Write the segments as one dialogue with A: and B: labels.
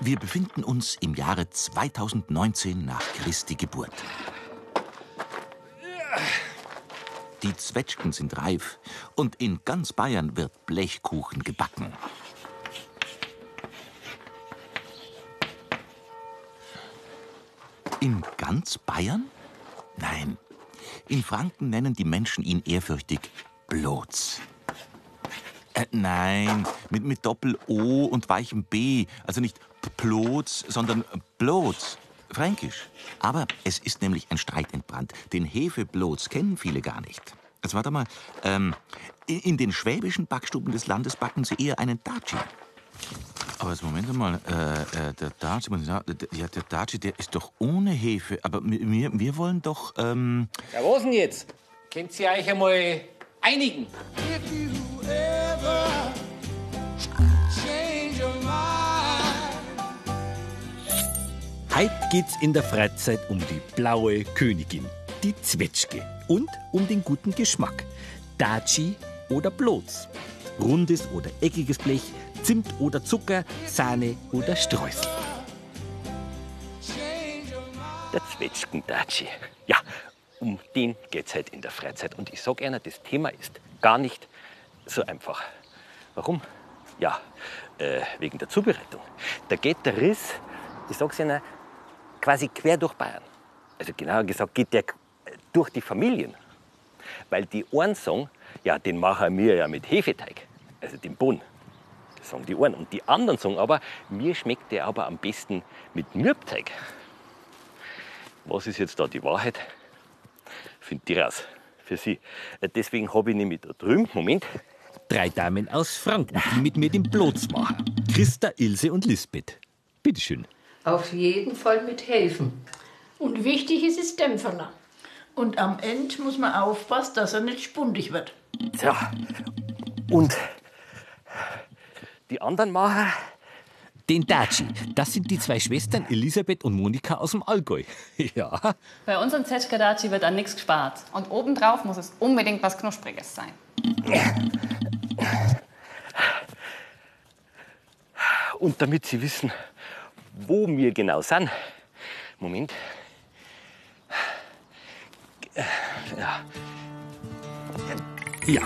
A: Wir befinden uns im Jahre 2019 nach Christi Geburt. Die Zwetschgen sind reif und in ganz Bayern wird Blechkuchen gebacken. In ganz Bayern? Nein. In Franken nennen die Menschen ihn ehrfürchtig Bloz. Äh, nein, mit, mit Doppel-O und weichem B. Also nicht Ploz, sondern Bloz. Fränkisch. Aber es ist nämlich ein Streit entbrannt. Den Hefebloz kennen viele gar nicht. Jetzt warte mal. Ähm, in, in den schwäbischen Backstuben des Landes backen sie eher einen Daci. Aber jetzt Moment mal, äh, äh, der Daci, muss ich sagen, der- ja, der Daci, der ist doch ohne Hefe. Aber mi- wir, wir wollen doch, ähm,
B: Ja, was denn jetzt? Könnt ihr euch einmal einigen?
C: If you ever change your mind,
D: Heute geht's in der Freizeit um die blaue Königin, die Zwetschge und um den guten Geschmack. Daci oder Bloz, rundes oder eckiges Blech, Zimt oder Zucker, Sahne oder Streusel.
C: change your mind.
E: Der Zwetschgendatschi. Ja, um den geht's halt in der Freizeit. Und ich sag einer, das Thema ist gar nicht so einfach. Warum? Ja, äh, wegen der Zubereitung. Da geht der Riss, ich sag's einer, quasi quer durch Bayern. Also genauer gesagt geht der äh, durch die Familien. Weil die einen sagen, ja, den machen wir ja mit Hefeteig, also dem Bohnen. Das sagen die einen. Und die anderen sagen aber, mir schmeckt der aber am besten mit Mürbteig. Was ist jetzt da die Wahrheit? Findet ihr raus. Für Sie. Äh, Deswegen habe ich nämlich da drüben, Moment,
D: Drei Damen aus Franken, die mit mir den Bloz machen. Christa, Ilse und Lisbeth. Bitteschön.
F: Auf jeden Fall mit helfen.
G: Und wichtig ist es Dämpferner.
H: Und am Ende muss man aufpassen, dass er nicht spundig wird.
E: ja, und die anderen machen,
D: Den Daci, das sind die zwei Schwestern Elisabeth und Monika aus dem Allgäu. Ja,
I: Bei unserem Zetschkadachi wird an nichts gespart.
J: Und obendrauf muss es unbedingt was Knuspriges sein.
E: und damit Sie wissen, wo wir genau sind, Moment,
D: Ja,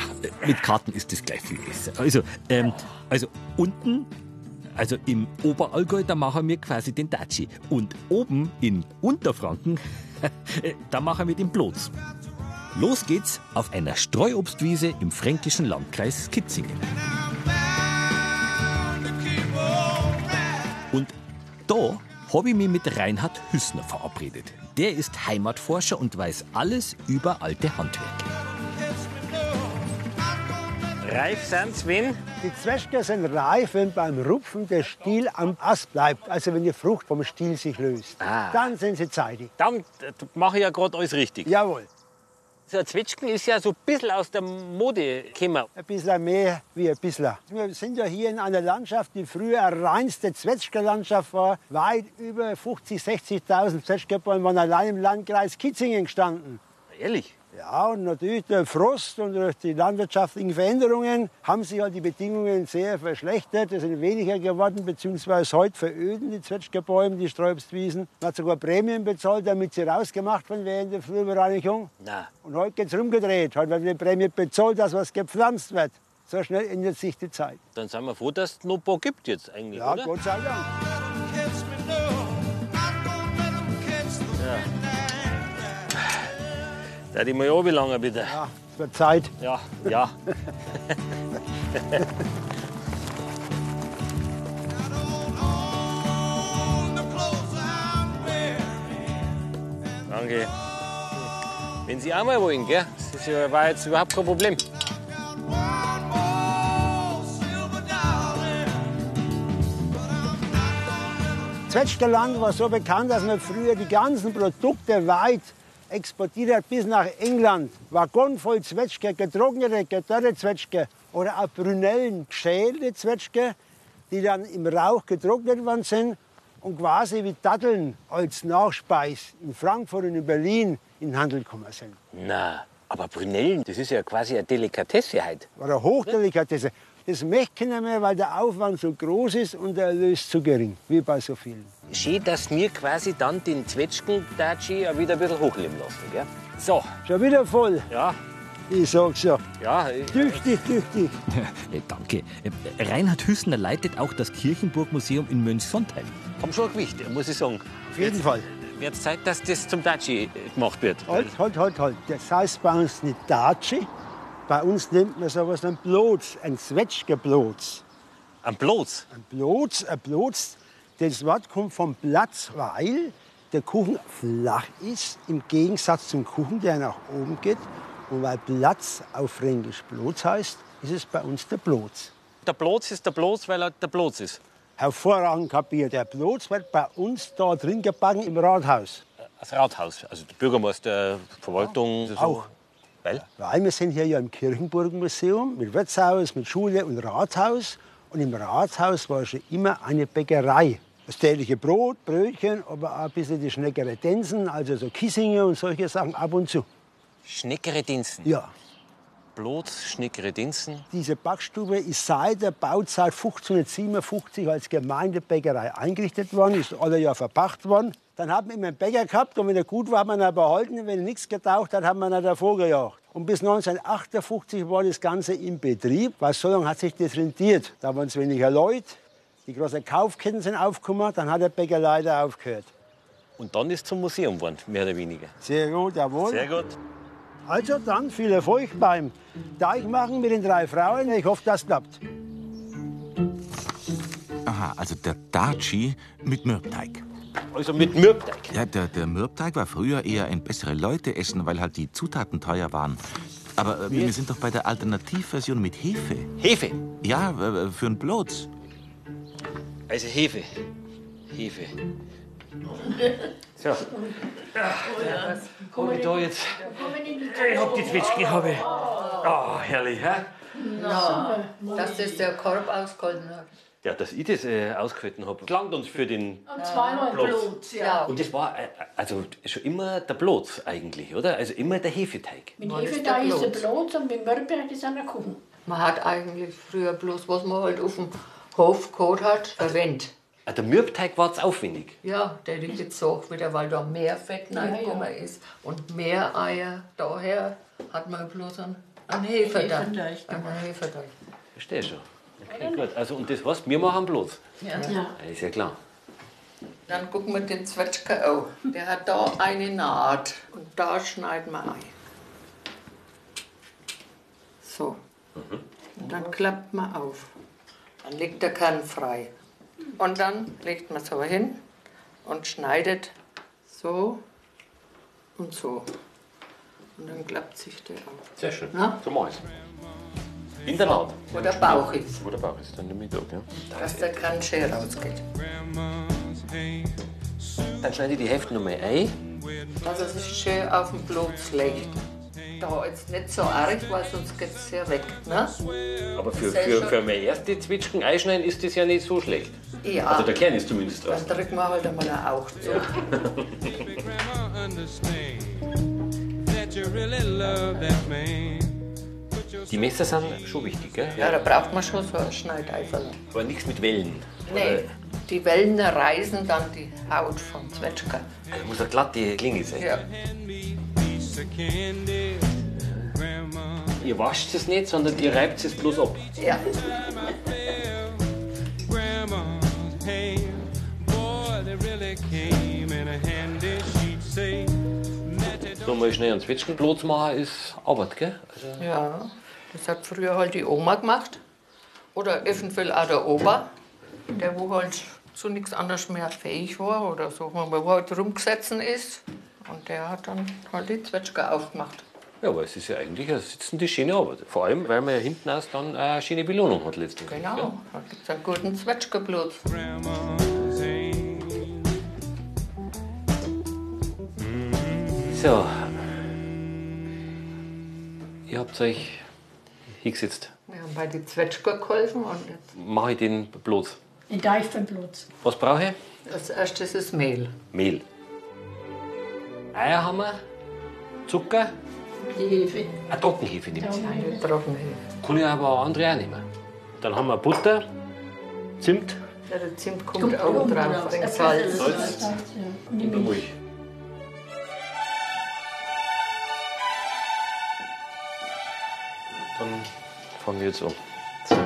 D: mit Karten ist es gleich viel besser. Also, ähm, also unten, also im Oberallgäu, da machen wir quasi den Daci. Und oben in Unterfranken, da machen wir den Bloz. Los geht's auf einer Streuobstwiese im fränkischen Landkreis Kitzingen.
C: Bound to keep on riding.
D: Und da habe ich mich mit Reinhard Hüssner verabredet. Der ist Heimatforscher und weiß alles über alte Handwerke.
E: reif sind wenn
K: Die Zwetschgen sind reif, wenn beim Rupfen der Stiel am Ast bleibt, also wenn die Frucht vom Stiel sich löst. Dann sind sie zeitig.
E: dann mache ich ja gerade alles richtig.
K: Jawohl,
B: So, Zwetschgen ist ja so ein bisschen aus der Mode gekommen.
K: ein bisschen mehr wie ein bisschen. Wir sind ja hier in einer Landschaft, die früher eine reinste Zwetschgenlandschaft war. Weit über 50.000, 60.000 Zwetschgenbäume waren allein im Landkreis Kitzingen gestanden.
E: Ehrlich,
K: Ja, und natürlich der Frost und durch die landwirtschaftlichen Veränderungen haben sich halt die Bedingungen sehr verschlechtert. Es sind weniger geworden, beziehungsweise heute veröden die Zwetschgebäume, die Sträubstwiesen. Man hat sogar Prämien bezahlt, damit sie rausgemacht werden während der Flurbereinigung.
E: Na.
K: Und heute geht's rumgedreht. Heute wird die Prämie bezahlt, dass was gepflanzt wird. So schnell ändert sich die Zeit.
E: dann sind wir froh, dass es noch ein paar gibt jetzt eigentlich,
K: Ja,
E: oder?
K: Gott sei Dank.
C: Catch me now. I'm gonna let 'em catch the wind and
E: Da die mal runterlangen, bitte.
K: Ja, es wird Zeit.
E: Ja, ja.
C: I don't own the clothes I'm wearing.
E: Danke. Wenn Sie auch mal wollen, gell? Das ist ja, war jetzt überhaupt kein Problem.
C: Got one more silver dollar, but I'm not gonna let 'em
K: Zwetschgenland war so bekannt, dass man früher die ganzen Produkte weit exportiert hat bis nach England. Waggon voll Zwetschge, getrocknete, gedörrte Zwetschge oder auch Brünellen, geschälte Zwetschge, die dann im Rauch getrocknet worden sind und quasi wie Datteln als Nachspeis in Frankfurt und in Berlin in den Handel gekommen sind.
E: Na, aber Brunellen, das ist ja quasi eine Delikatesse heute.
K: War eine Hochdelikatesse. Das möchte keiner mehr, weil der Aufwand so groß ist und der Erlös zu gering, wie bei so vielen.
B: Schön, dass wir quasi dann den Zwetschgen-Datschi auch wieder ein bisschen hochleben lassen. Gell? So,
K: Schon wieder voll.
B: ja,
K: Ich sag's ja.
B: ja, ich-
K: Tüchtig, tüchtig.
D: Äh, Danke. Äh, Reinhard Hüssner leitet auch das Kirchenburgmuseum in Mönchsontheim.
B: haben schon ein Gewicht, muss ich sagen.
K: Auf jeden Fall.
B: Wird Zeit, dass das zum Datschi äh, gemacht wird.
K: Halt, halt, halt, halt. Das heißt bei uns nicht Datschi. Bei uns nennt man sowas einen Bloz, ein Zwetschgeblotz.
B: Am Bloß.
K: Ein Bloz, ein Bloz, das Wort kommt vom Platz, weil der Kuchen flach ist, im Gegensatz zum Kuchen, der nach oben geht. Und weil Platz auf Fränkisch Bloz heißt, ist es bei uns der Bloz.
B: Der Bloß ist der Bloß, weil er der Bloß ist.
K: Hervorragend kapiert. Der Bloz wird bei uns da drin gebacken im Rathaus.
B: Das Rathaus, also der Bürgermeister, Verwaltung. das ist
K: Auch.
B: Weil?
K: Weil wir sind hier ja im Kirchenburgenmuseum mit Wirtshaus, mit Schule und Rathaus. Und im Rathaus war schon immer eine Bäckerei. Das tägliche Brot, Brötchen, aber auch ein bisschen die Schneckeretensen, also so Kissinge und solche Sachen ab und zu.
B: Schneckere Dinsen.
K: Ja,
B: Bloß, Schneckere Dinsen.
K: diese Backstube ist seit der Bauzeit 1557 als Gemeindebäckerei eingerichtet worden, ist alle Jahr verpacht worden. Dann haben wir immer einen Bäcker gehabt und wenn er gut war, haben wir ihn auch behalten. Und wenn er nichts getaucht hat, haben wir ihn davor gejagt. Und bis 1958 war das Ganze im Betrieb, weil so lange hat sich das rentiert. Da waren es weniger Leute, die großen Kaufketten sind aufgekommen, dann hat der Bäcker leider aufgehört.
B: Und dann ist zum Museum geworden, mehr oder weniger.
K: Sehr gut, jawohl.
B: Sehr gut.
K: Also dann viel Erfolg beim Deichmachen mit den drei Frauen. Ich hoffe, das klappt.
A: Aha, also der Daci mit Mürbteig.
B: Also mit Mürbteig.
A: Ja, der, der Mürbteig war früher eher ein bessere Leute essen, weil halt die Zutaten teuer waren. Aber äh, wir sind doch bei der Alternativversion mit Hefe.
B: Hefe.
A: Ja, äh, für einen Bloz.
B: Also Hefe. Hefe. So. Ja, hab ich da jetzt. Ich hab die Zwetschgen, hab ich.
E: Ah,
B: Oh, herrlich, hä?
F: Dass das der Korb ne? ausgehalten hat.
E: Ja, dass ich das äh, ausgehalten habe, gelangt uns für den.
G: Und zweimal Blut.
F: Ja,
E: Und das war äh, also schon immer der Blot eigentlich, oder? Also immer der Hefeteig.
G: Mit
F: Wann ist
G: Hefe da
F: der
G: ist der
F: Blut?
G: Blut und mit Mörbeer ist einer Kuchen.
F: man hat eigentlich früher bloß, was man halt auf dem Hof geholt hat, verwendet.
E: Ah, der Mürbteig war jetzt aufwendig.
F: Ja, der liegt jetzt so wieder, weil da mehr Fett reingekommen ist und mehr Eier. Daher hat man bloß einen, einen Hefe da.
H: Hefenteig
F: Einen Hefe da.
E: Verstehe schon. Okay, gut. Also und das was? Wir machen Blot. Ja, ist ja klar.
F: Dann gucken wir den Zwetschger auch. Der hat da eine Naht und da schneiden wir ein. So. Und dann klappt man auf. Dann liegt der Kern frei. Und dann legt man so hin und schneidet so und so. Und dann klappt sich der auf.
E: Sehr schön.
F: Na?
E: So mach ich's. In der Naht.
F: Wo der Bauch ist,
E: Wo der Bauch ist, dann nehme ich da, gell?
F: dass der Kern schön rausgeht.
E: Dann schneide ich die Hälfte nochmal ein.
F: Dass er sich schön auf den Platz legt. Da jetzt nicht so arg, weil sonst geht es ja weg. Ne?
E: Aber für,
F: Sehr
E: für,
F: schön.
E: für meine erste Zwetschgen einschneiden ist das ja nicht so schlecht.
F: Ja.
E: Also der Kern ist zumindest
F: Dann
E: draußen.
F: drücken wir halt einmal einen Auch zu.
C: Grandma understand that you really love that man.
E: Die Messer sind schon wichtig, gell?
F: Ja, da braucht man schon so ein Schneideifel.
E: Aber nichts mit Wellen. äh,
F: Nee, die Wellen reißen dann die Haut vom Zwetschger.
E: Also muss eine glatte Klinge sein.
F: Ja.
C: Piece of candy. Grandma
E: Ihr wascht es nicht, sondern ihr reibt es bloß ab.
F: ja.
C: grandma's hand. Boy, they really came in handy. She'd say,
E: Nochmal schnell einen Zwetschgenblot machen ist Arbeit, gell? Also
F: Ja, das hat früher halt die Oma gemacht. Oder eventuell auch der Opa, der wo halt zu nichts anderes mehr fähig war oder so, wo halt rumgesessen ist. Und der hat dann halt die Zwetschger aufgemacht.
E: ja, aber es ist ja eigentlich eine sitzende, schöne Arbeit. Vor allem, weil man ja hinten aus dann eine schöne Belohnung hat letztendlich. gell?
F: Genau, da gibt es einen guten Zwetschgeblutz.
C: grandma's hand.
E: So. Ihr habt euch hingesetzt.
F: Wir haben bei die Zwetschger geholfen und jetzt
E: Mache ich den Blot.
G: Ein Teich für Blut.
E: Was brauche ich?
F: Als erstes ist Mehl.
E: Mehl. Eier Ah haben wir. Zucker.
F: Die Hefe.
E: Eine Trockenhefe nimmt sie.
F: Eine trockene Hefe.
E: Kann ich aber eine andere auch nehmen.
L: Dann haben wir Butter, Zimt,
F: Ja, der Zimt kommt, auch drauf, wegen Salz.
L: Salz.
G: Und die
L: und
G: Milch.
L: Mulch.
E: Dann fangen wir jetzt an. So.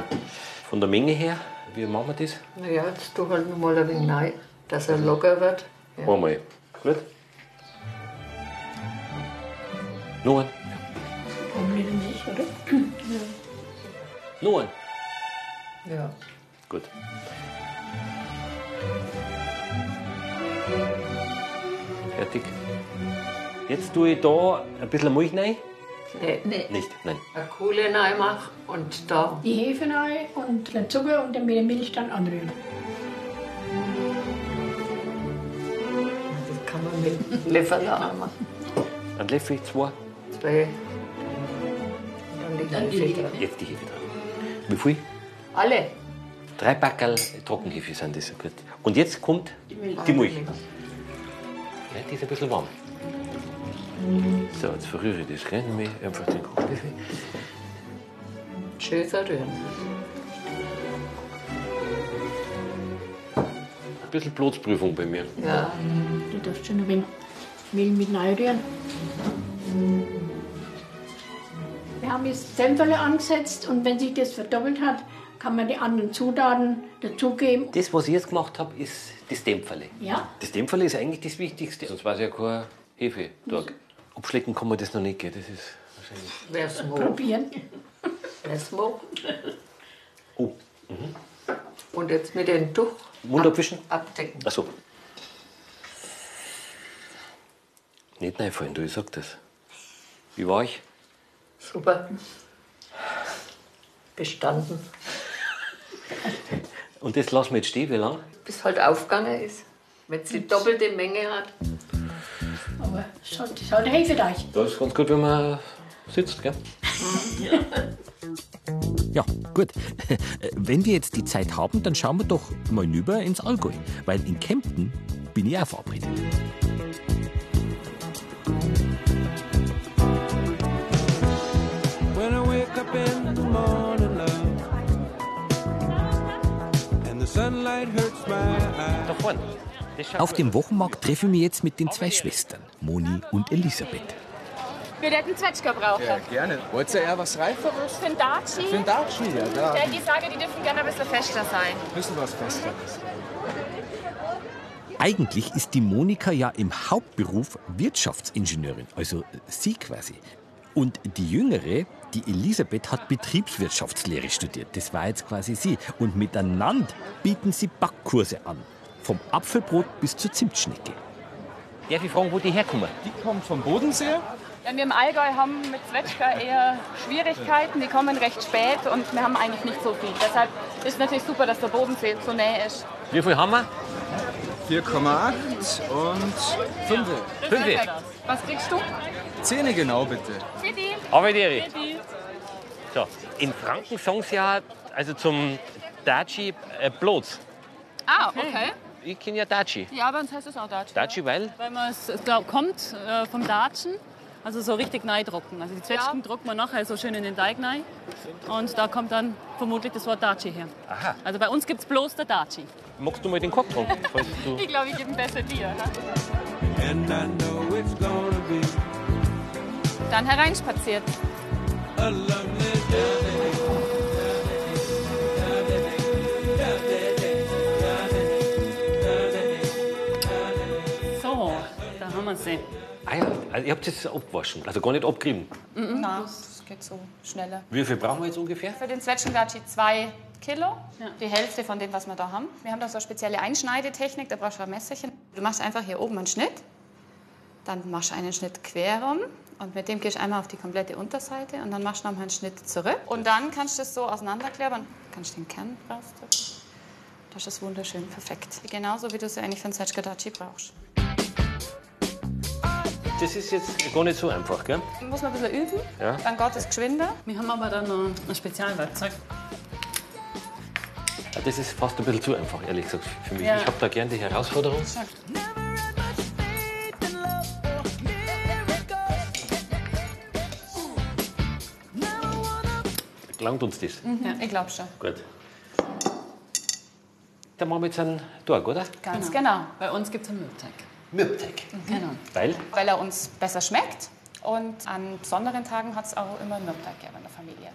E: Von der Menge her, wie machen wir das?
F: Na ja, jetzt tu halt noch mal ein wenig rein, dass er locker wird. Ja.
E: Einmal. Gut? Noch ein.
G: Warum nicht Milch, oder?
E: Noch ein.
F: Ja.
E: Gut. Fertig. Jetzt tue ich da ein bisschen Milch rein.
G: Äh,
F: Nee, nee.
E: Nicht, nein.
F: Eine Kohle reinmachen und da.
G: Die Hefe rein und den Zucker und dann mit der Milch dann anrühren.
F: Das kann man mit Löffeln anmachen.
E: Dann Löffel, zwei.
F: Zwei. Dann liegt
E: Dann
F: ein
E: die
F: Hefe drin.
E: Jetzt die Hefe dran. Wie viel?
F: Alle.
E: Drei Backerl Trockenhefe sind das. Gut. Und jetzt kommt die
F: Milch.
E: Milch. Die, ist ein bisschen warm. So, jetzt verrühre ich das. Gell? Dann mache ich Einfach den Trockenhefe.
F: Schön verrühren.
E: Ein bisschen Blutsprüfung bei mir.
F: Ja.
G: Du darfst schon ein wenig Mehl mit reinrühren. Wir haben jetzt Senferle angesetzt und wenn sich das verdoppelt hat, kann man die anderen Zutaten dazugeben.
E: Das, was ich jetzt gemacht habe, ist das Dämpferle.
G: Ja.
E: Das Dämpferle ist eigentlich das Wichtigste. Sonst war es ja kein Hefetag. Abschlecken kann man das noch nicht, gell? Das ist wahrscheinlich.
F: Wer es mag.
G: Probieren.
F: Wer es mag.
E: Oh.
F: Mhm. Und jetzt mit dem Tuch
E: Mund abwischen?
F: abdecken.
E: Achso. Nicht reinfallen, du, ich sag das. Wie war ich?
F: Super. Bestanden.
E: Und das lassen wir jetzt stehen, wie lange?
F: Bis halt aufgegangen ist. Wenn sie doppelte Menge hat.
G: Aber es hat, es hat Hefe da.
E: Das ist ganz gut, wenn man sitzt, gell?
D: Ja, gut. Äh, Wenn wir jetzt die Zeit haben, dann schauen wir doch mal rüber ins Allgäu. Weil in Kempten bin ich auch verabredet.
C: When I wake up in the morning, love, and the sunlight hurts my eyes.
D: Auf dem Wochenmarkt treffe ich mich jetzt mit den zwei Schwestern, Moni und Elisabeth.
M: Wir hätten Zwetschger brauchen.
N: gerne. Wollt ihr eher was Reiferes?
M: Für den Daci.
N: Für den Daci, ja, da.
M: Ja, die sage, die dürfen gerne ein bisschen fester sein.
N: Bisschen was Festeres.
D: Eigentlich ist die Monika ja im Hauptberuf Wirtschaftsingenieurin, also sie quasi. Und die Jüngere, die Elisabeth, hat Betriebswirtschaftslehre studiert. Das war jetzt quasi sie. Und miteinander bieten sie Backkurse an. Vom Apfelbrot bis zur Zimtschnecke.
E: Darf ich fragen, wo die herkommen?
D: Die kommt vom Bodensee.
J: Denn wir im Allgäu haben mit Zwetschger eher Schwierigkeiten. Die kommen recht spät und wir haben eigentlich nicht so viel. Deshalb ist natürlich super, dass der Bodensee so näher ist.
E: Wie viel haben wir?
N: 4,8 und 5.
J: Was kriegst du?
N: Zähne genau bitte.
J: Bitte.
E: Aber Deri. So, in Franken sagen sie ja, also zum Daci äh, Blots.
M: Ah, okay.
E: Ich kenne ja Daci.
M: Ja, bei uns heißt es auch Daci.
E: Daci, weil?
I: Weil man es, glaub, kommt äh, vom Datschen, also so richtig neu drucken. Also die Zwetschgen druckt man nachher so schön in den Teig rein. Und da kommt dann vermutlich das Wort Daci her.
E: Aha.
I: Also bei uns gibt es bloß der Daci.
E: Magst du mal den Kopf drum? falls du-
I: Ich glaube, ich gebe besser dir.
J: ne?
C: And I know it's gonna be
J: Dann hereinspaziert.
C: a lovely day.
I: So, da haben wir sie.
E: Ah ja, also ihr habt das abgewaschen, also gar nicht abgerieben.
J: Mhm. Na, das geht so schneller.
E: Wie viel brauchen wir jetzt ungefähr?
J: Für den Zwetschgendatschi zwei Kilo, die Hälfte von dem, was wir da haben. Wir haben da so eine spezielle Einschneidetechnik, da brauchst du ein Messerchen. Du machst einfach hier oben einen Schnitt, dann machst du einen Schnitt quer rum und mit dem gehst du einmal auf die komplette Unterseite und dann machst du nochmal einen Schnitt zurück. Und dann kannst du das so auseinanderklebern, kannst den Kern rausdrücken. Das ist wunderschön, perfekt. Genauso wie du es eigentlich für einen Zwetschgendatschi brauchst.
E: Das ist jetzt gar nicht so einfach, gell?
J: Muss man ein bisschen üben,
E: Ja.
J: dann geht es geschwinder.
I: Wir haben aber dann noch ein Spezialwerkzeug.
E: Ja, Ah, Das ist fast ein bisschen zu einfach, ehrlich gesagt, für mich.
I: Ja.
E: Ich habe da gerne die Herausforderung. Langt uns das?
J: Ja. Ich glaube schon.
E: Gut. Dann machen wir jetzt einen Tag, oder?
J: Ganz genau.
I: Bei uns gibt es einen Mhm. Mürbteig.
E: Mürbteig.
J: Genau.
E: Weil?
J: Weil er uns besser schmeckt. Und an besonderen Tagen hat es auch immer Mürbteig gegeben in der Familie.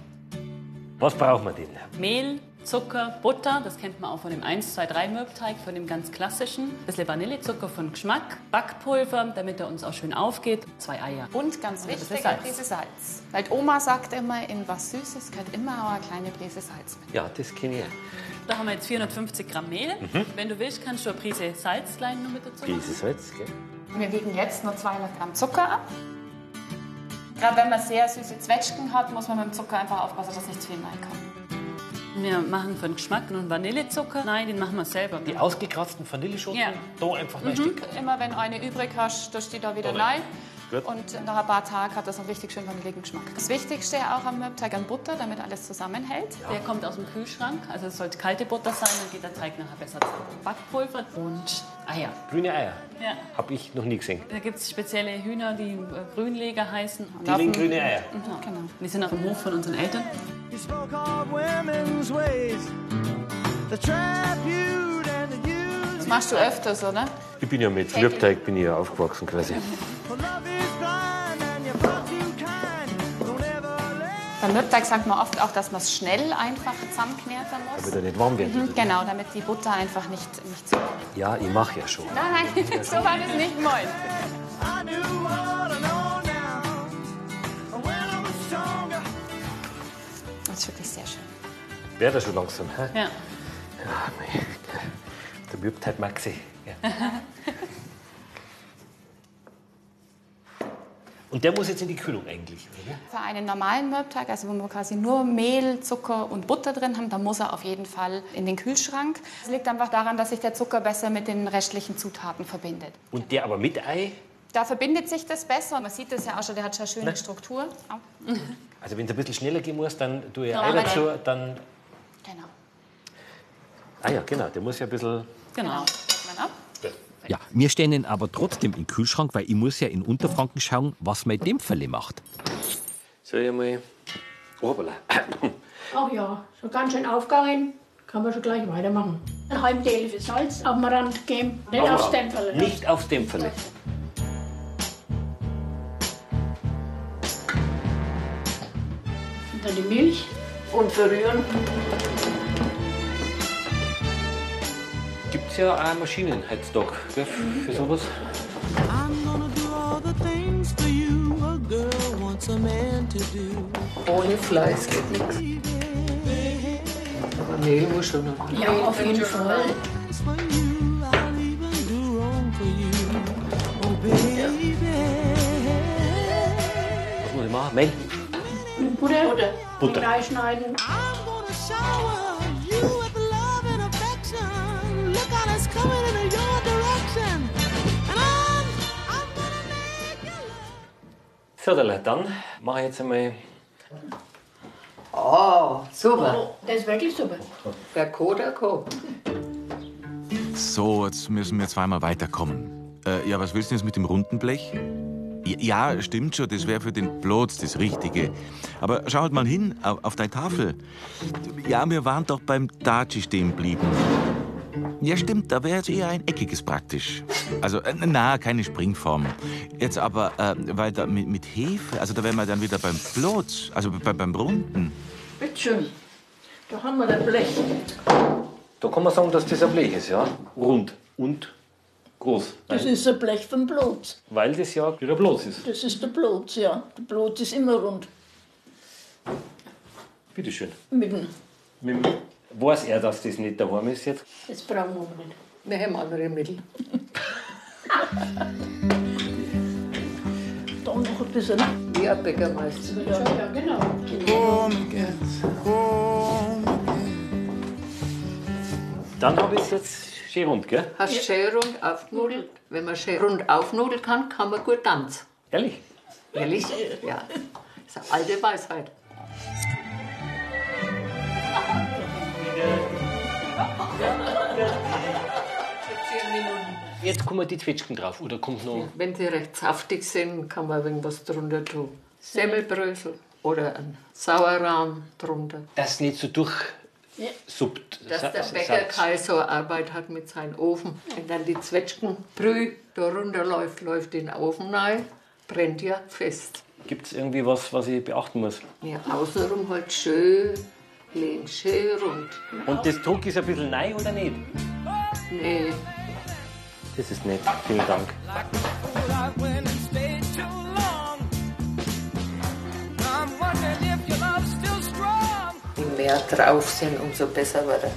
E: Was brauchen wir denn?
I: Mehl, Zucker, Butter, das kennt man auch von dem 1, 2, 3 Mürbteig, von dem ganz klassischen. Ein bisschen Vanillezucker von Geschmack, Backpulver, damit er uns auch schön aufgeht, zwei Eier.
J: Und ganz
I: Eine
J: wichtig,
I: Prise
J: eine
I: Salz.
J: Prise Salz. Weil die Oma sagt immer, in was Süßes gehört immer auch eine kleine Prise Salz mit.
E: Ja, das kenne ich.
I: Da haben wir jetzt 450 Gramm Mehl.
E: Mhm.
I: Wenn du willst, kannst du eine Prise Salz gleich noch mit dazu machen.
E: Dieses Salz, gell?
J: Wir wiegen jetzt nur 200 Gramm Zucker ab. Gerade wenn man sehr süße Zwetschgen hat, muss man mit dem Zucker einfach aufpassen, dass nicht zu viel reinkommt.
I: Wir machen von Geschmack noch einen Vanillezucker. Nein, den machen wir selber. Die
E: ausgekratzten Vanilleschoten?
I: Ja.
E: Da einfach ein
J: Mhm.
E: Stück.
J: Immer wenn eine übrig hast, tust du die da wieder
E: Da rein.
J: rein.
E: Gut.
J: Und nach ein paar Tagen hat das einen richtig schönen vanilligen Geschmack. Das Wichtigste auch am Mürbteig an Butter, damit alles zusammenhält.
I: Der kommt aus dem Kühlschrank, also es sollte kalte Butter sein, dann geht der Teig nachher besser zusammen. Backpulver und Eier.
E: Grüne Eier.
I: Ja.
E: Habe ich noch nie gesehen.
I: Da gibt es spezielle Hühner, die äh, Grünleger heißen.
E: Die legen grüne Eier.
I: Mhm, genau. Die sind auf dem Hof von unseren Eltern.
C: You spoke of women's ways, the trap you and the use.
J: Das machst du öfters, oder?
E: Ich bin ja mit Mürbteig bin ich ja aufgewachsen quasi.
J: Beim Mürbteig sagt man oft auch, dass man es schnell einfach zusammenkneten muss.
E: Damit er nicht warm wird.
J: Mhm, genau, damit die Butter einfach nicht, nicht zu...
E: Ja, ich mache ja schon.
J: Nein, nein, so war das nicht gemeint. Das ist wirklich sehr schön.
E: Wäre da schon langsam. Hä?
I: Ja.
E: Ah, mei. Der Mürbteig Maxi. halt Ja. Und der muss jetzt in die Kühlung eigentlich, oder?
J: Für einen normalen Mürbteig, also wo wir quasi nur Mehl, Zucker und Butter drin haben, da muss er auf jeden Fall in den Kühlschrank. Das liegt einfach daran, dass sich der Zucker besser mit den restlichen Zutaten verbindet.
E: Und der aber mit Ei?
J: Da verbindet sich das besser. Man sieht das ja auch schon, der hat schon eine schöne
E: Ne?
J: Struktur. Oh, Au.
E: Also wenn es ein bisschen schneller gehen muss, dann tue ich
J: Ja,
E: Ei
J: aber
E: dazu,
J: dann-
E: dann...
J: Genau.
E: Ah ja, genau, der muss ja ein bisschen...
J: Genau.
D: Ja, wir stellen ihn aber trotzdem im Kühlschrank, weil ich muss ja in Unterfranken schauen, was man in dem Falle macht.
E: Soll ich mal... Hoppala.
G: Ach ja, so ganz schön aufgegangen. Kann man schon gleich weitermachen. Einen halben Teelöffel Salz auf den Rand geben. Nicht
E: Aber
G: aufs Dämpferle.
E: Nicht aufs Dämpferle.
G: Und dann die Milch und verrühren.
E: Gibt es ja auch Maschinen heutzutage gell, für sowas.
C: I'm gonna do all the things for you a girl wants a man to do.
F: Ohne Fleiß geht nichts.
B: Mehl muss schon noch.
G: Ja, auf jeden Fall.
E: Was muss ich machen? Mehl?
G: Und Butter, Butter.
E: Butter.
G: reinschneiden.
C: Look at us coming in your direction. And I'm
E: So, dann mache ich jetzt einmal...
F: Oh, super.
G: Das ist wirklich super.
F: Der Koder Co.
A: So, jetzt müssen wir zweimal weiterkommen. Äh, ja, was willst du denn jetzt mit dem runden Blech? Ja, ja, stimmt schon, das wäre für den Plotz das Richtige. Aber schau halt mal hin, au- auf deine Tafel. Ja, wir waren doch beim Daci stehen geblieben. Ja, stimmt, da wäre jetzt eher ein eckiges praktisch. Also, äh, na, keine Springform. Jetzt aber, äh, weil da mit, mit Hefe, also da wären wir dann wieder beim Plotz, also bei, beim Runden.
G: Bitte schön. Da haben wir das Blech.
E: Da kann man sagen, dass das ein Blech ist, ja? Rund und groß.
O: Das
E: Weil-
O: ist ein Blech vom Blot.
E: Weil das ja wieder bloß ist.
O: Das ist der Blot, ja. Der Blot ist immer rund.
E: Bitteschön.
O: Mitten.
E: Mit dem- Weiß er, dass das nicht daheim ist jetzt?
G: Das brauchen wir aber nicht.
F: Wir haben andere Mittel.
O: Dann noch ein bisschen.
F: Ja, Bäckermeister.
O: Ja, ja genau.
E: Dann habe ich es jetzt schön rund, gell?
F: Hast du schön rund aufgenudelt? Wenn man schön rund aufnudeln kann, kann man gut tanzen.
E: Ehrlich?
F: Ehrlich? Ja. Das ist eine alte Weisheit.
E: Jetzt kommen die Zwetschgen drauf, oder kommt noch...
F: Wenn sie recht saftig sind, kann man ein wenig was drunter tun. Semmelbrösel. oder ein Sauerrahm drunter.
B: Dass nicht so
F: Ja.
B: durchsuppt.
F: Dass der
B: Sa-
F: Bäcker
B: Salz.
F: keine so Arbeit hat mit seinem Ofen. Wenn dann die Zwetschgenbrühe da runterläuft, läuft in den Ofen rein, brennt ja fest.
E: Gibt es irgendwie was, was ich beachten muss?
F: Ja, außenrum halt schön, lehnt schön rund.
E: Und das Druck ist ein bisschen nein oder nicht?
F: Nee.
E: Das ist nett. Vielen Dank.
F: Je mehr drauf sind, umso besser wird er.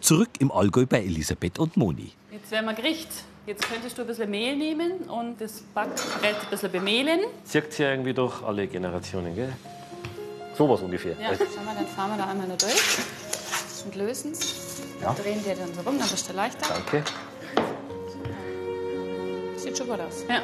D: Zurück im Allgäu bei Elisabeth und Moni.
I: Jetzt werden wir Gericht. Jetzt könntest du ein bisschen Mehl nehmen und das Backbrett ein bisschen bemehlen.
E: Zirkt sich ja irgendwie durch alle Generationen, gell? Sowas ungefähr. Also,
J: Ja, schauen wir, dann fahren wir da einmal nur durch und lösen es.
E: Ja.
J: Drehen wir dann so rum, dann bist du leichter.
E: Danke.
J: Sieht schon gut aus.
I: Ja.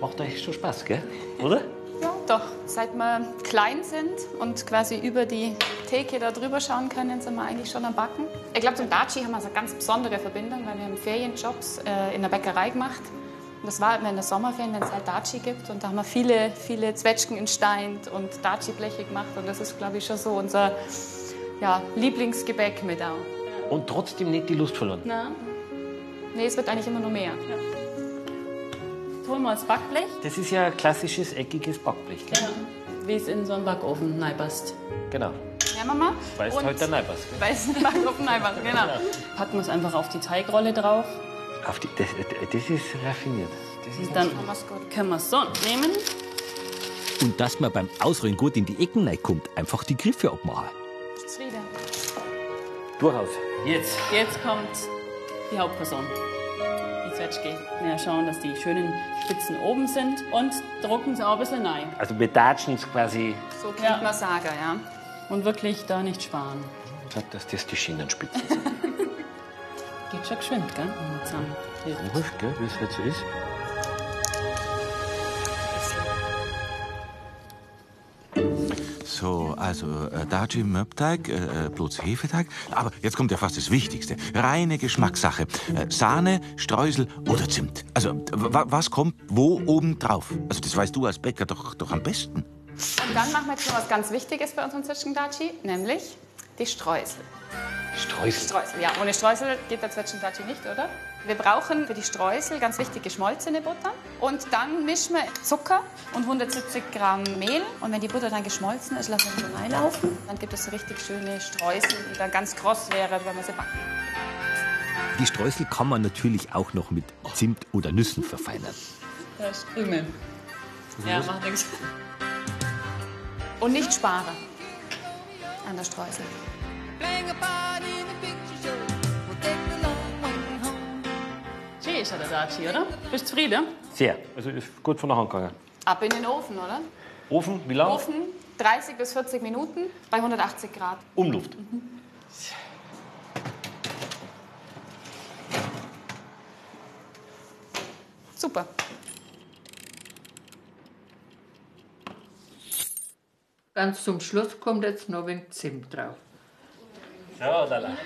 E: Macht euch schon Spaß, gell? Oder?
J: ja, doch. Seit wir klein sind und quasi über die Theke da drüber schauen können, sind wir eigentlich schon am Backen. Ich glaube, zum Daci haben wir so eine ganz besondere Verbindung, weil wir haben Ferienjobs äh, in der Bäckerei gemacht. Und das war halt immer in der Sommerferien, wenn es halt Daci gibt. Und da haben wir viele, viele Zwetschgen in Stein und Daci-Bleche gemacht. Und das ist, glaube ich, schon so unser ja, Lieblingsgebäck mit auch.
E: Und trotzdem nicht die Lust verloren.
J: Na? Nee, es wird eigentlich immer nur mehr.
I: Jetzt holen wir das Backblech,
E: Das ist ja ein klassisches eckiges Backblech, gell?
I: wie es in so einen Backofen reinpasst.
E: Genau. halt
J: Ja, Mama?
E: Weißt
I: Und-
E: heute der Neibers, gell?
J: Weißen Backofen einfach, genau.
I: Packen wir es einfach auf die Teigrolle drauf.
E: Auf die, das, das ist raffiniert. Das
I: Und dann können wir es so nehmen.
D: Und dass man beim Ausrollen gut in die Ecken reinkommt, einfach die Griffe abmachen.
I: Jetzt wieder.
E: Durchaus. Jetzt.
I: Jetzt kommt die Hauptperson. Die Zwetschge. Wir schauen, dass die schönen Spitzen oben sind und drucken sie auch ein bisschen rein.
E: Also wir datschen es quasi.
J: So kriegt man Sager, ja.
I: Und wirklich da nicht sparen.
E: Ich glaub, dass das die Schienenspitze
I: Geht schon geschwind, gell? Wenn man zusammen hilft.
E: ist. Wurscht, gell? Wie es halt so ist.
A: So, also äh, Daci Möbteig, äh, äh, bloß Hefeteig. Aber jetzt kommt ja fast das Wichtigste. Reine Geschmackssache. Äh, Sahne, Streusel oder Zimt. Also, w- wa- was kommt wo oben drauf? Also, das weißt du als Bäcker doch, doch am besten.
J: Und dann machen wir jetzt noch was ganz Wichtiges bei unserem Zwetschgendatschi, nämlich die Streusel.
E: Streusel.
J: Streusel, ja. Ohne Streusel geht der Zwetschgendatschi nicht, oder? Wir brauchen für die Streusel ganz wichtig geschmolzene Butter. Und dann mischen wir Zucker und 170 Gramm Mehl. Und wenn die Butter dann geschmolzen ist, lassen wir sie reinlaufen. Dann gibt es so richtig schöne Streusel, die dann ganz kross wären, wenn wir sie backen.
D: Die Streusel kann man natürlich auch noch mit Zimt oder Nüssen verfeinern.
J: Da ist Krümel. Ja, macht nichts. Und nicht sparen an der Streusel.
I: Tee ist ja der Daci, oder? Bist du zufrieden?
E: Sehr. Also ist gut von der Hand gegangen.
J: Ab in den Ofen, oder?
E: Ofen, wie lang?
J: Ofen 30 bis 40 Minuten bei 180 Grad.
E: Umluft.
J: Super.
F: Ganz zum Schluss kommt jetzt noch ein wenig Zimt drauf.
E: So, da lang.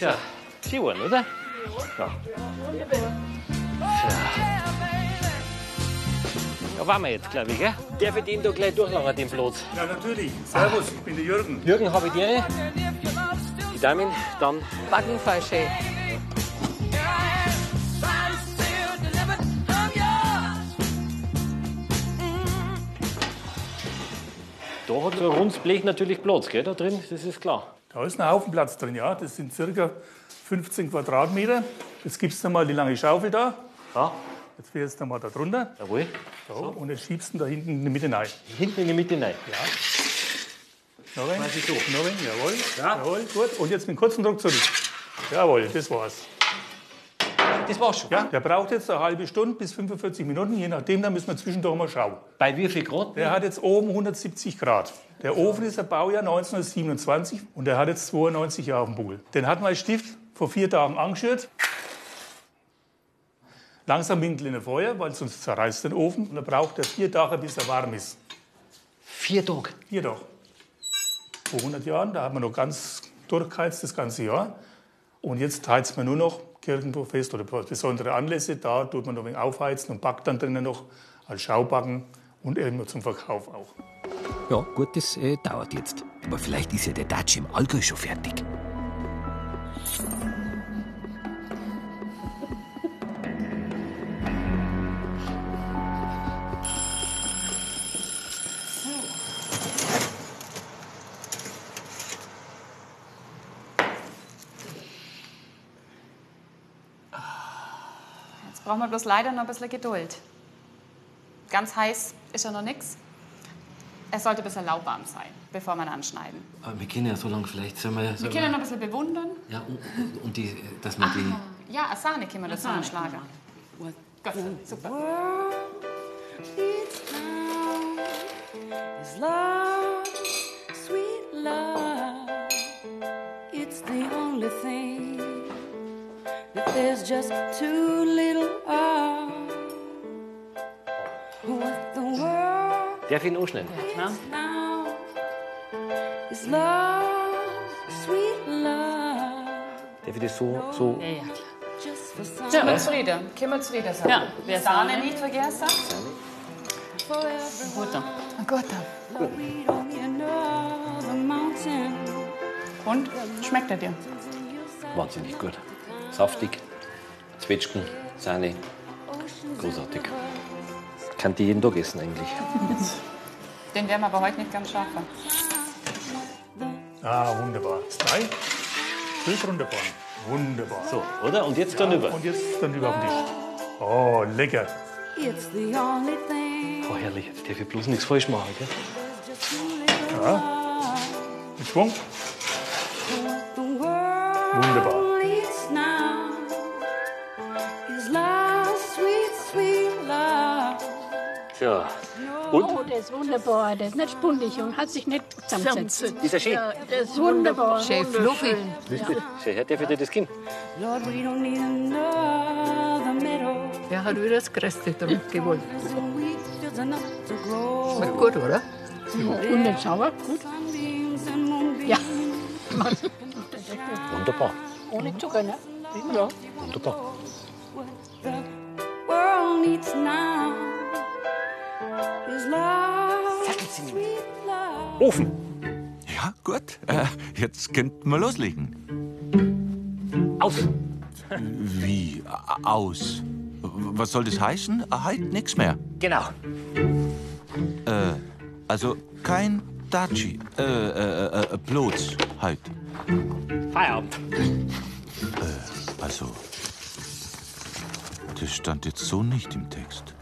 E: Ja, Skiwurn, Ah. oder? Ja. Da waren wir jetzt, glaube ich, gell? Darf ich den da gleich durchlachen, den Platz?
P: Ja, natürlich. Servus, ich bin der Jürgen.
E: Jürgen, habe ich die Ehre. Die Damen, dann
F: Backenfalsche.
E: Da hat so ein rundes Blech natürlich Platz, gell, da drin, das ist klar.
P: Da ist ein Haufen Platz drin, ja. Das sind circa 15 Quadratmeter. Jetzt gibst du mal die lange Schaufel da.
E: Ja.
P: Jetzt fährst du mal da drunter.
E: Jawohl.
P: So, Und jetzt schiebst du da hinten in die Mitte rein.
E: Hinten in die Mitte rein?
P: Ja. Noch ein, noch ein, jawohl. Jawohl, gut. Und jetzt mit kurzem Druck zurück. Jawohl, das war's.
E: Das war's schon?
P: Ja, der braucht jetzt eine halbe Stunde bis 45 Minuten, je nachdem, da müssen wir zwischendurch mal schauen.
E: Bei wie viel Grad?
P: Der hat jetzt oben 170 Grad. Der Ofen ist ein Baujahr 1927 und der hat jetzt 92 Jahre auf dem Buckel. Den hat mein Stift vor vier Tagen angeschürt. Langsam winkel in den Feuer, weil sonst zerreißt den Ofen. Und da braucht er vier Tage, bis er warm ist.
E: Vier Tage?
P: Vier Tage. Vor 100 Jahren, da haben wir noch ganz durchgeheizt das ganze Jahr. Und jetzt heizt man nur noch Kirchenfest oder besondere Anlässe. Da tut man noch ein wenig aufheizen und backt dann drinnen noch als Schaubacken und eben zum Verkauf auch.
D: Ja, gut, das äh, dauert jetzt. Aber vielleicht ist ja der Datsch im Allgäu schon fertig.
J: Jetzt brauchen wir bloß leider noch ein bisschen Geduld. Ganz heiß ist ja noch nichts. Es sollte ein bisschen lauwarm sein, bevor man anschneiden.
Q: Aber wir können ja so lange vielleicht, sagen wir.
J: Wir können noch ein bisschen bewundern.
Q: Ja, und, und- und die, dass
E: Ah,
Q: man die.
J: Ja, eine Sahne können wir dazu
I: Eine
J: anschlagen. Gut, super.
R: is love, sweet love. It's the only thing that there's just too little of. What the world
B: Darf ich ihn anschneiden?
R: needs now is love, sweet love.
B: Darf ich das so, so
R: Just for
J: Können
R: some
J: wir zufrieden? Können wir zufrieden sein?
I: Ja, wer
J: Sahne
I: Sahne?
J: nicht vergessen.
R: for everyone.
J: Gut. Und schmeckt er dir?
E: Wahnsinnig gut. Saftig, Zwetschgen, Sahne, großartig. Kann die jeden Tag essen eigentlich.
J: Den werden wir aber heute nicht ganz schaffen.
P: Ah, wunderbar. Zwei. Bild runterfahren. Wunderbar. So,
E: oder? Und jetzt dann über.
P: Und jetzt dann über auf den Tisch. Oh, lecker.
R: It's the only thing
E: Oh, herrlich, jetzt darf ich bloß nichts falsch machen. Gell?
R: that's just too little
P: Mit Schwung.
R: of. The world
P: Wunderbar.
R: needs now is love, sweet, sweet love.
E: Tja.
G: Oh, das ist wunderbar. Das ist nicht spundig und hat sich nicht zusammengesetzt.
E: Ist ja schön.
G: das ist wunderbar.
R: Schön fluffig.
E: Siehst du? Schau her, darf ich dir das geben?
R: Lord, we don't need another meadow.
S: Der hat wieder das Größte damit gewollt.
R: And wheat fields enough to grow.
S: Schmeckt gut, oder?
G: Und den Sauer, gut.
R: Sunbeams and moonbeams.
G: Ja.
E: Wunderbar,
G: Ohne Zucker, ne? Prima, ja.
E: wunderbar.
R: World needs now is love.
E: Ofen.
A: Ja, gut. Äh, jetzt könnten wir loslegen.
E: Aus!
A: Wie? a- Aus? Was soll das heißen? Halt nichts mehr.
E: Genau.
A: Äh, also kein Daci. Äh, äh, äh, äh, bloß halt.
E: Feierabend.
A: Also. Das stand jetzt so nicht im Text.